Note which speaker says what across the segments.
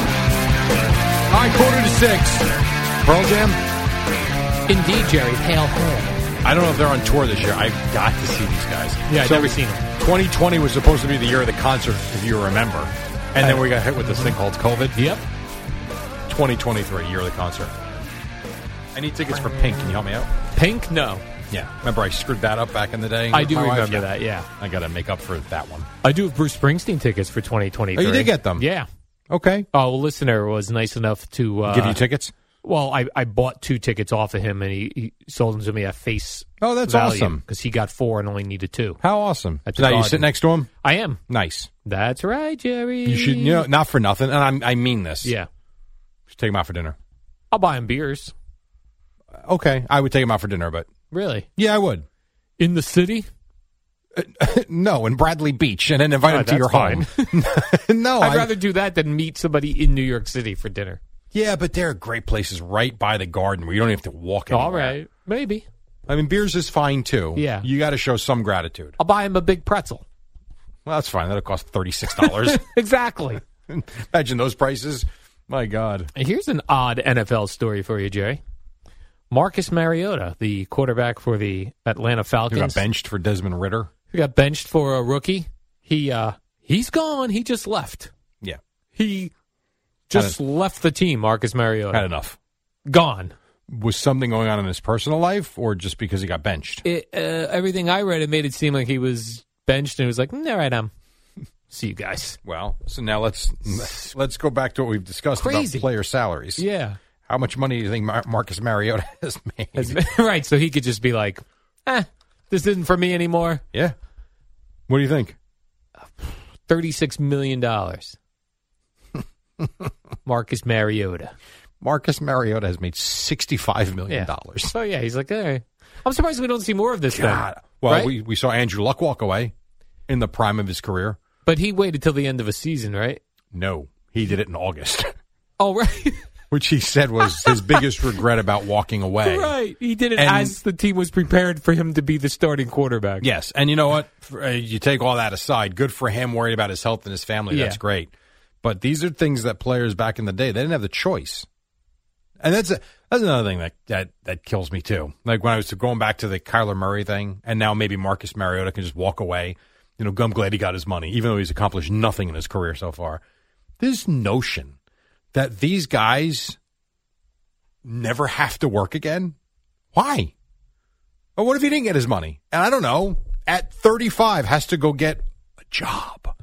Speaker 1: All right, quarter to six. Pearl Jam.
Speaker 2: Indeed, Jerry, pale horn.
Speaker 1: I don't know if they're on tour this year. I've got to see these guys.
Speaker 3: Yeah, I've never seen them.
Speaker 1: 2020 was supposed to be the year of the concert, if you remember, and then we got hit with this thing called COVID.
Speaker 3: Yep.
Speaker 1: 2023, year of the concert. I need tickets for Pink. Can you help me out?
Speaker 3: Pink? No.
Speaker 1: Yeah. Remember, I screwed that up back in the day.
Speaker 3: I do
Speaker 1: My wife?
Speaker 3: remember that, yeah.
Speaker 1: I got to make up for that one.
Speaker 3: I do have Bruce Springsteen tickets for 2023.
Speaker 1: Oh, you did get them?
Speaker 3: Yeah.
Speaker 1: Okay.
Speaker 3: Oh, a listener was nice enough to uh,
Speaker 1: Give you tickets.
Speaker 3: Well, I, I bought two tickets off of him, and he, he sold them to me at face.
Speaker 1: Oh, that's awesome.
Speaker 3: Because he got four and only needed two.
Speaker 1: How awesome!
Speaker 3: At the
Speaker 1: now you
Speaker 3: Garden.
Speaker 1: sit next to him.
Speaker 3: I am.
Speaker 1: Nice.
Speaker 3: That's right, Jerry.
Speaker 1: You should. You know, not for nothing, and I'm, I mean this.
Speaker 3: Yeah.
Speaker 1: Should take him out for dinner.
Speaker 3: I'll buy him beers.
Speaker 1: Okay, I would take him out for dinner, but
Speaker 3: Really?
Speaker 1: yeah, I would.
Speaker 3: In the city?
Speaker 1: No, in Bradley Beach, and then invite
Speaker 3: Oh,
Speaker 1: him to your
Speaker 3: that's fine.
Speaker 1: home. no,
Speaker 3: I'd
Speaker 1: Oh, I-
Speaker 3: rather do that than meet somebody in New York City for dinner.
Speaker 1: Yeah, but there are great places right by the garden where you don't even have to walk. Anywhere.
Speaker 3: All right. Maybe.
Speaker 1: I mean, beers is fine too.
Speaker 3: Yeah.
Speaker 1: you got to show some gratitude.
Speaker 3: I'll buy him a big pretzel.
Speaker 1: Well, that's fine. That'll cost thirty six dollars.
Speaker 3: Exactly.
Speaker 1: Imagine those prices. My God.
Speaker 3: Here's an odd NFL story for you, Jerry. Marcus Mariota, the quarterback for the Atlanta
Speaker 1: You
Speaker 3: Falcons,
Speaker 1: got benched for Desmond Ritter.
Speaker 3: who got benched for a rookie. He uh, he's gone. He just left.
Speaker 1: Yeah,
Speaker 3: He just left the team. Marcus
Speaker 1: had
Speaker 3: Mariota
Speaker 1: enough.
Speaker 3: gone.
Speaker 1: Was something going on in his personal life, or just because he got benched?
Speaker 3: It, uh, everything I read, it made it seem like he was benched, and it was like, "Mm, all right, I'm. See you guys.
Speaker 1: Well, so now let's let's go back to what we've discussed
Speaker 3: Crazy.
Speaker 1: about player salaries.
Speaker 3: Yeah,
Speaker 1: How much money do you think Mar- Marcus Mariota has made?
Speaker 3: As- right. So he could just be like, eh, this isn't for me anymore.
Speaker 1: yeah. What do you think?
Speaker 3: Thirty six million dollars. Marcus Mariota.
Speaker 1: Marcus Mariota has made sixty-five million dollars.
Speaker 3: So yeah, he's like, all right. I'm surprised we don't see more of this thing.
Speaker 1: God. Well,
Speaker 3: Right?
Speaker 1: we, we saw Andrew Luck walk away in the prime of his career.
Speaker 3: But he waited till the end of a season, right?
Speaker 1: No, he did it in August,
Speaker 3: Oh right.
Speaker 1: which he said was his biggest regret about walking away.
Speaker 3: right. He did it
Speaker 1: And-
Speaker 3: as the team was prepared for him to be the starting quarterback.
Speaker 1: Yes, and you know what? For- uh, You take all that aside. Good for him. Worried about his health and his family. That's
Speaker 3: Yeah.
Speaker 1: great. But these are things that players back in the day they didn't have the choice. And that's a, that's another thing that, that that kills me too. Like when I was going back to the Kyler Murray thing, and now maybe Marcus Mariota can just walk away. You know, I'm glad he got his money, even though he's accomplished nothing in his career so far. This notion that these guys never have to work again. Why? But what if he didn't get his money? And I don't know, at 35 has to go get a job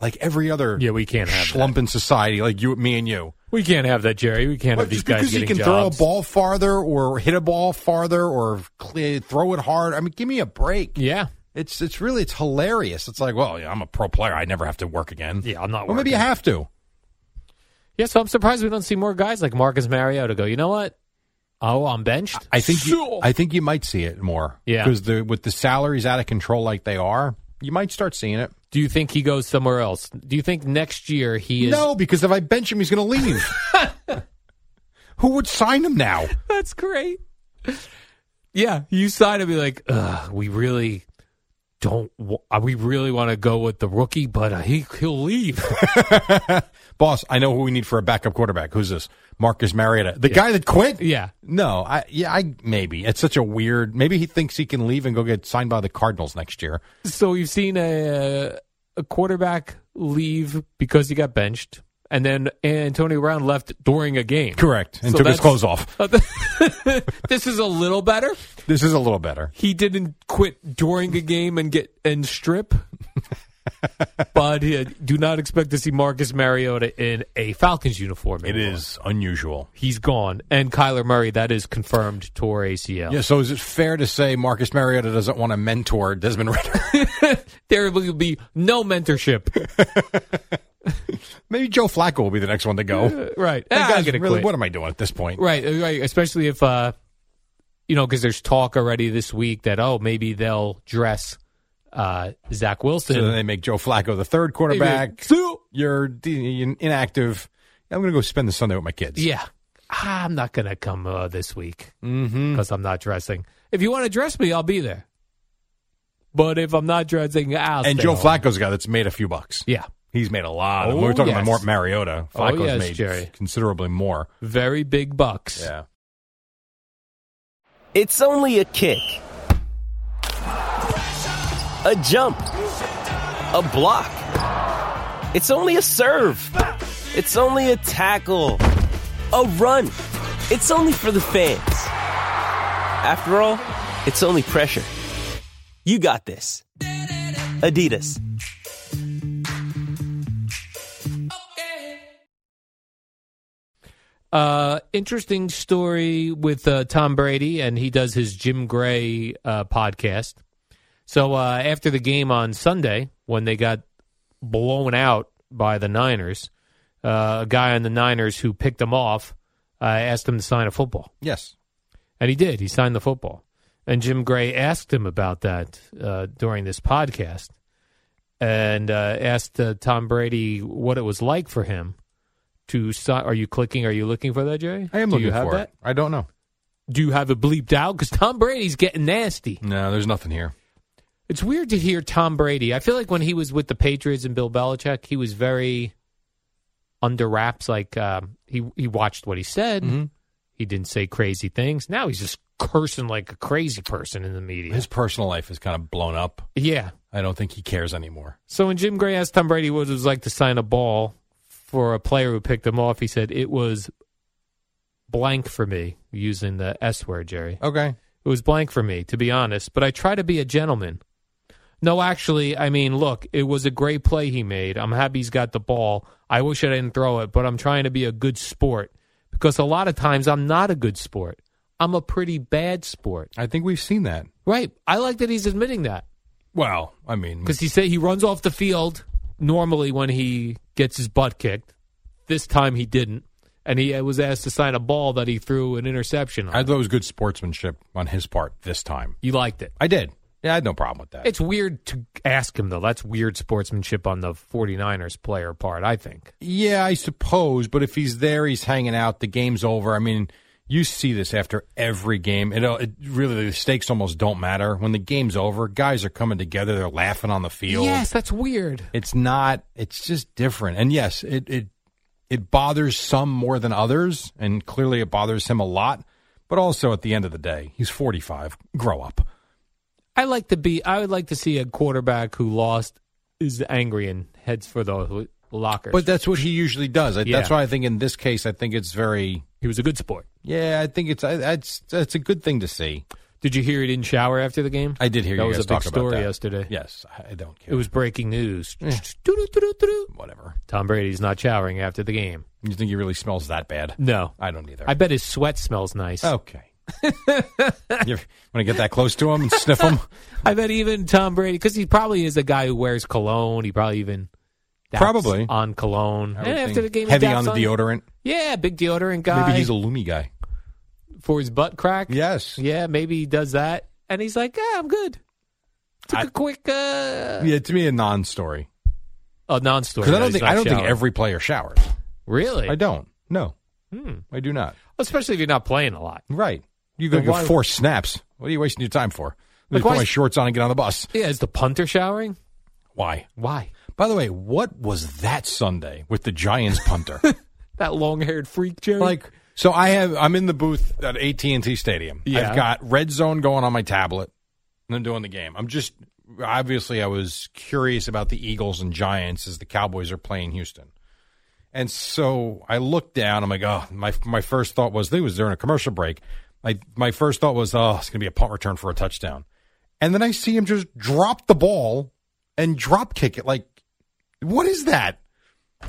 Speaker 1: like every other
Speaker 3: Yeah, we can't have
Speaker 1: schlump in society like you, me and you.
Speaker 3: We can't have that, Jerry. We can't
Speaker 1: Well,
Speaker 3: have these
Speaker 1: just
Speaker 3: guys
Speaker 1: because he
Speaker 3: getting
Speaker 1: can
Speaker 3: jobs.
Speaker 1: throw a ball farther or hit a ball farther or cle- throw it hard. I mean, give me a break.
Speaker 3: Yeah.
Speaker 1: It's it's really it's hilarious. It's like, well, yeah, I'm a pro player. I never have to work again.
Speaker 3: Yeah, I'm not
Speaker 1: Well, maybe you
Speaker 3: working.
Speaker 1: have to.
Speaker 3: Yeah, so I'm surprised we don't see more guys like Marcus Mariota go, you know what? Oh, I'm benched.
Speaker 1: I think you,
Speaker 3: Sure.
Speaker 1: I think you might see it more.
Speaker 3: Yeah.
Speaker 1: because the with the salaries out of control like they are, you might start seeing it.
Speaker 3: Do you think he goes somewhere else? Do you think next year he is
Speaker 1: No, because if I bench him, he's going to leave. Who would sign him now?
Speaker 3: That's great. Yeah, you sign and be like, Ugh, we really don't. W- we really want to go with the rookie, but uh, he he'll leave.
Speaker 1: Boss, I know who we need for a backup quarterback. Who's this? Marcus Mariota, the guy that quit.
Speaker 3: yeah,
Speaker 1: No, I yeah, I maybe it's such a weird. Maybe he thinks he can leave and go get signed by the Cardinals next year.
Speaker 3: so we've seen a a quarterback leave because he got benched, and then Antonio Brown left during a game.
Speaker 1: Correct. And
Speaker 3: So
Speaker 1: took his
Speaker 3: that's-
Speaker 1: clothes off.
Speaker 3: this is a little better.
Speaker 1: This is a little better.
Speaker 3: He didn't quit during a game and get and strip. but uh, do not expect to see Marcus Mariota in a Falcons uniform.
Speaker 1: It
Speaker 3: anymore.
Speaker 1: is unusual.
Speaker 3: He's gone. And Kyler Murray, that is confirmed, tore ACL.
Speaker 1: Yeah, so is it fair to say Marcus Mariota doesn't want to mentor Desmond Ritter?
Speaker 3: There will be no mentorship.
Speaker 1: Maybe Joe Flacco will be the next one to go.
Speaker 3: right.
Speaker 1: That
Speaker 3: Ah, I'm
Speaker 1: guy's
Speaker 3: gonna
Speaker 1: really,
Speaker 3: quit.
Speaker 1: what am I doing at this point?
Speaker 3: Right, uh, right. Especially if uh, you know, because there's talk already this week that oh, maybe they'll dress uh, Zach Wilson.
Speaker 1: So then they make Joe Flacco the third quarterback.
Speaker 3: So-
Speaker 1: You're d- inactive. I'm going to go spend the Sunday with my kids.
Speaker 3: yeah, Ah, I'm not gonna come uh, this week because
Speaker 1: Mm-hmm. Hmm.
Speaker 3: I'm not dressing. If you want to dress me, I'll be there. But if I'm not dressing, I'll
Speaker 1: And
Speaker 3: stay
Speaker 1: Joe
Speaker 3: home.
Speaker 1: Flacco's a guy that's made a few bucks.
Speaker 3: Yeah,
Speaker 1: He's made a lot. of
Speaker 3: Oh,
Speaker 1: we were talking
Speaker 3: yes.
Speaker 1: about more Mariota.
Speaker 3: Oh,
Speaker 1: Flacco's
Speaker 3: yes,
Speaker 1: made
Speaker 3: Jerry.
Speaker 1: considerably more.
Speaker 3: very big bucks.
Speaker 1: Yeah.
Speaker 4: It's only a kick, a jump, a block. It's only a serve. It's only a tackle, a run. It's only for the fans. After all, it's only pressure. You got this. Adidas.
Speaker 3: Uh, interesting story with uh, Tom Brady, and he does his Jim Gray uh, podcast. So uh, after the game on Sunday, when they got blown out by the Niners, uh, a guy on the Niners who picked them off uh, asked him to sign a football,
Speaker 1: Yes.
Speaker 3: and he did. He signed the football, and Jim Gray asked him about that uh, during this podcast, and uh, asked uh, Tom Brady what it was like for him. To sign, are you clicking? Are you looking for that, Jerry?
Speaker 1: I am
Speaker 3: Do
Speaker 1: looking
Speaker 3: you have
Speaker 1: for
Speaker 3: that?
Speaker 1: it. I don't know.
Speaker 3: do you have it bleeped out? Because Tom Brady's getting nasty.
Speaker 1: No, there's nothing here.
Speaker 3: It's weird to hear Tom Brady. I feel like when he was with the Patriots and Bill Belichick, he was very under wraps. Like um, he he watched what he said. He didn't say crazy things. Now he's just cursing like a crazy person in the media.
Speaker 1: His personal life is kind of blown up.
Speaker 3: yeah.
Speaker 1: I don't think he cares anymore.
Speaker 3: So when Jim Gray asked Tom Brady what it was like to sign a ball for a player who picked him off, he said it was blank for me using the S word, Jerry.
Speaker 1: Okay.
Speaker 3: It was blank for me, to be honest, but I try to be a gentleman. No, actually, I mean, look, it was a great play he made. I'm happy he's got the ball. I wish I didn't throw it, but I'm trying to be a good sport because a lot of times I'm not a good sport. I'm a pretty bad sport.
Speaker 1: I think we've seen that.
Speaker 3: Right. I like that he's admitting that
Speaker 1: Well, I mean,
Speaker 3: because he said he runs off the field normally when he gets his butt kicked. This time he didn't. And he uh, was asked to sign a ball that he threw an interception on.
Speaker 1: I thought it was good sportsmanship on his part this time.
Speaker 3: you liked it.
Speaker 1: I did. Yeah, I had no problem with that.
Speaker 3: It's weird to ask him, though. That's weird sportsmanship on the 49ers player part, I think.
Speaker 1: yeah, I suppose. But if he's there, he's hanging out. The game's over. I mean, you see this after every game. It, uh, it really the stakes almost don't matter when the game's over. Guys are coming together. They're laughing on the field.
Speaker 3: Yes, that's weird.
Speaker 1: It's not. It's just different. And yes, it it it bothers some more than others, and clearly it bothers him a lot. But also at the end of the day, he's forty five. Grow up.
Speaker 3: I like to be, I would like to see a quarterback who lost is angry and heads for the lockers.
Speaker 1: But that's what he usually does. I, That's
Speaker 3: Yeah.
Speaker 1: why I think in this case, I think it's very.
Speaker 3: he was a good sport.
Speaker 1: Yeah, I think it's I, that's that's a good thing to see.
Speaker 3: Did you hear he didn't shower after the game?
Speaker 1: I did hear
Speaker 3: that
Speaker 1: you
Speaker 3: was
Speaker 1: guys
Speaker 3: a big
Speaker 1: talk
Speaker 3: story
Speaker 1: about that.
Speaker 3: yesterday.
Speaker 1: Yes, I don't care.
Speaker 3: It was breaking news. Doo-doo-doo-doo-doo-doo.
Speaker 1: whatever.
Speaker 3: Tom Brady's not showering after the game.
Speaker 1: You think he really smells that bad?
Speaker 3: No.
Speaker 1: I don't either.
Speaker 3: I bet his sweat smells nice.
Speaker 1: okay. you want to get that close to him and sniff him?
Speaker 3: I bet even Tom Brady, because he probably is a guy who wears cologne. He probably even daps
Speaker 1: Probably.
Speaker 3: on cologne.
Speaker 1: I
Speaker 3: And
Speaker 1: would
Speaker 3: after
Speaker 1: think.
Speaker 3: the game, he
Speaker 1: heavy
Speaker 3: daps
Speaker 1: on the deodorant.
Speaker 3: Yeah, big deodorant guy.
Speaker 1: Maybe he's a loomy guy.
Speaker 3: for his butt crack.
Speaker 1: Yes.
Speaker 3: yeah. Maybe he does that, and he's like, "Ah, I'm good." Took
Speaker 1: I-
Speaker 3: a quick uh,
Speaker 1: Yeah, to me a non-story
Speaker 3: a non-story.
Speaker 1: because I
Speaker 3: No,
Speaker 1: don't
Speaker 3: he's
Speaker 1: think
Speaker 3: not
Speaker 1: I don't think
Speaker 3: showering.
Speaker 1: every player showers.
Speaker 3: really,
Speaker 1: I don't. No,
Speaker 3: Hmm.
Speaker 1: I do not.
Speaker 3: especially if you're not playing a lot.
Speaker 1: Right. You go
Speaker 3: Then
Speaker 1: go
Speaker 3: why-
Speaker 1: four snaps. What are you wasting your time for? Let me
Speaker 3: Like,
Speaker 1: put
Speaker 3: why-
Speaker 1: my shorts on and get on the bus.
Speaker 3: Yeah, is the punter showering?
Speaker 1: Why?
Speaker 3: Why
Speaker 1: By the way, what was that Sunday with the Giants punter?
Speaker 3: that long-haired freak, Jerry?
Speaker 1: like, so I have I'm in the booth at AT and T Stadium.
Speaker 3: Yeah.
Speaker 1: I've got Red Zone going on my tablet, and I'm doing the game. I'm just obviously I was curious about the Eagles and Giants as the Cowboys are playing Houston, And so I looked down. I'm like, oh, my my first thought was they was during a commercial break. I my first thought was, oh, it's gonna be a punt return for a touchdown. And then I see him just drop the ball and drop kick it. Like, what is that?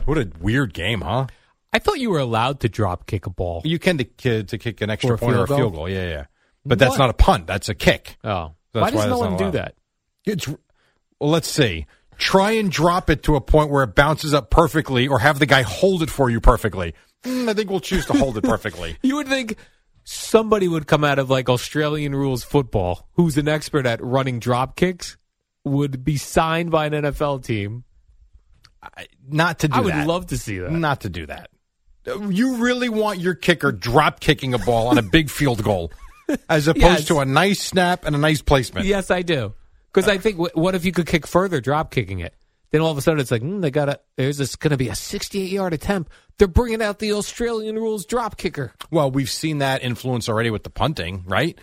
Speaker 1: What a weird game, huh?
Speaker 3: I thought you were allowed to drop kick a ball.
Speaker 1: You can to, kid, to kick an
Speaker 3: Or
Speaker 1: extra
Speaker 3: a
Speaker 1: point or a
Speaker 3: field goal?
Speaker 1: field goal. Yeah, yeah. But that's
Speaker 3: What?
Speaker 1: not a punt. That's a kick.
Speaker 3: Oh,
Speaker 1: That's
Speaker 3: why
Speaker 1: why
Speaker 3: does no
Speaker 1: that's
Speaker 3: one
Speaker 1: not
Speaker 3: do
Speaker 1: allowed.
Speaker 3: that?
Speaker 1: It's well, let's see. Try and drop it to a point where it bounces up perfectly, or have the guy hold it for you perfectly. Mm, I think we'll choose to hold it perfectly.
Speaker 3: You would think somebody would come out of like Australian rules football, who's an expert at running drop kicks, would be signed by an NFL team.
Speaker 1: Not to do
Speaker 3: I would
Speaker 1: that. Mm.
Speaker 3: love to see that.
Speaker 1: not to do that. You really want your kicker drop kicking a ball on a big field goal, as opposed
Speaker 3: Yes.
Speaker 1: to a nice snap and a nice placement.
Speaker 3: Yes, I do. Because I think, wh- what if you could kick further, drop kicking it? Then all of a sudden it's like, hmm, they got a, there's this going to be a 68 yard attempt. They're bringing out the Australian rules drop kicker.
Speaker 1: Well, we've seen that influence already with the punting, right?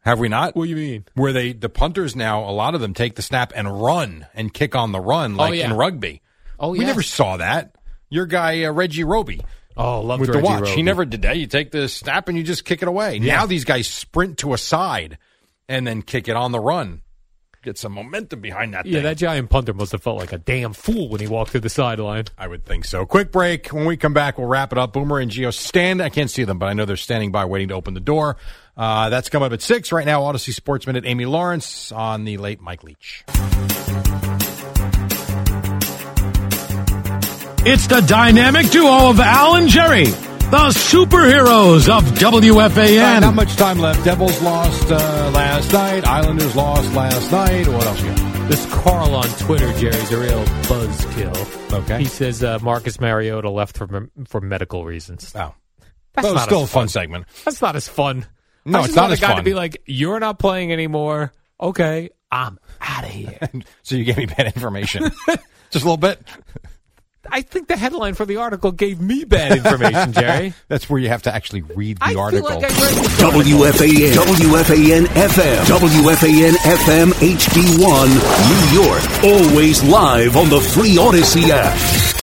Speaker 1: Have we not?
Speaker 3: What do you mean?
Speaker 1: Where they the punters now, a lot of them take the snap and run and kick on the run, like
Speaker 3: yeah.
Speaker 1: in rugby.
Speaker 3: Oh, yeah.
Speaker 1: We never saw that. Your guy uh, Reggie Roby
Speaker 3: Oh, love
Speaker 1: with the watch, he never did that. You take the snap and you just kick it away. Now these guys sprint to a side and then kick it on the run. Get some momentum behind that.
Speaker 3: Yeah,
Speaker 1: thing.
Speaker 3: that giant punter must have felt like a damn fool when he walked through the sideline.
Speaker 1: I would think so. Quick break. When we come back, we'll wrap it up. Boomer and Geo stand. I can't see them, but I know they're standing by waiting to open the door. Uh, that's coming up at six right now. Odyssey Sports Minute. Amy Lawrence on the late Mike Leach.
Speaker 5: It's the dynamic duo of Al and Jerry, the superheroes of
Speaker 1: Not, not
Speaker 5: WFAN.
Speaker 1: much time left. Devils lost uh, last night. Islanders lost last night. What else you got?
Speaker 3: This Carl on Twitter, Jerry's a real buzzkill.
Speaker 1: Okay.
Speaker 3: He says uh, Marcus Mariota left for for medical reasons.
Speaker 1: Oh, that
Speaker 3: That's
Speaker 1: was
Speaker 3: not
Speaker 1: still a
Speaker 3: as,
Speaker 1: fun segment.
Speaker 3: that's not as fun.
Speaker 1: No,
Speaker 3: I just
Speaker 1: it's not
Speaker 3: want
Speaker 1: as
Speaker 3: a guy
Speaker 1: fun.
Speaker 3: to be like, "You're not playing anymore." Okay, I'm out of here.
Speaker 1: So you gave me bad information. Just a little bit.
Speaker 3: I think the headline for the article gave me bad information, Jerry.
Speaker 1: That's where you have to actually read the
Speaker 3: I
Speaker 1: article.
Speaker 3: feel like I read this article.
Speaker 6: WFAN, WFAN FM, WFAN FM HD1, New York. Always live on the free Odyssey app.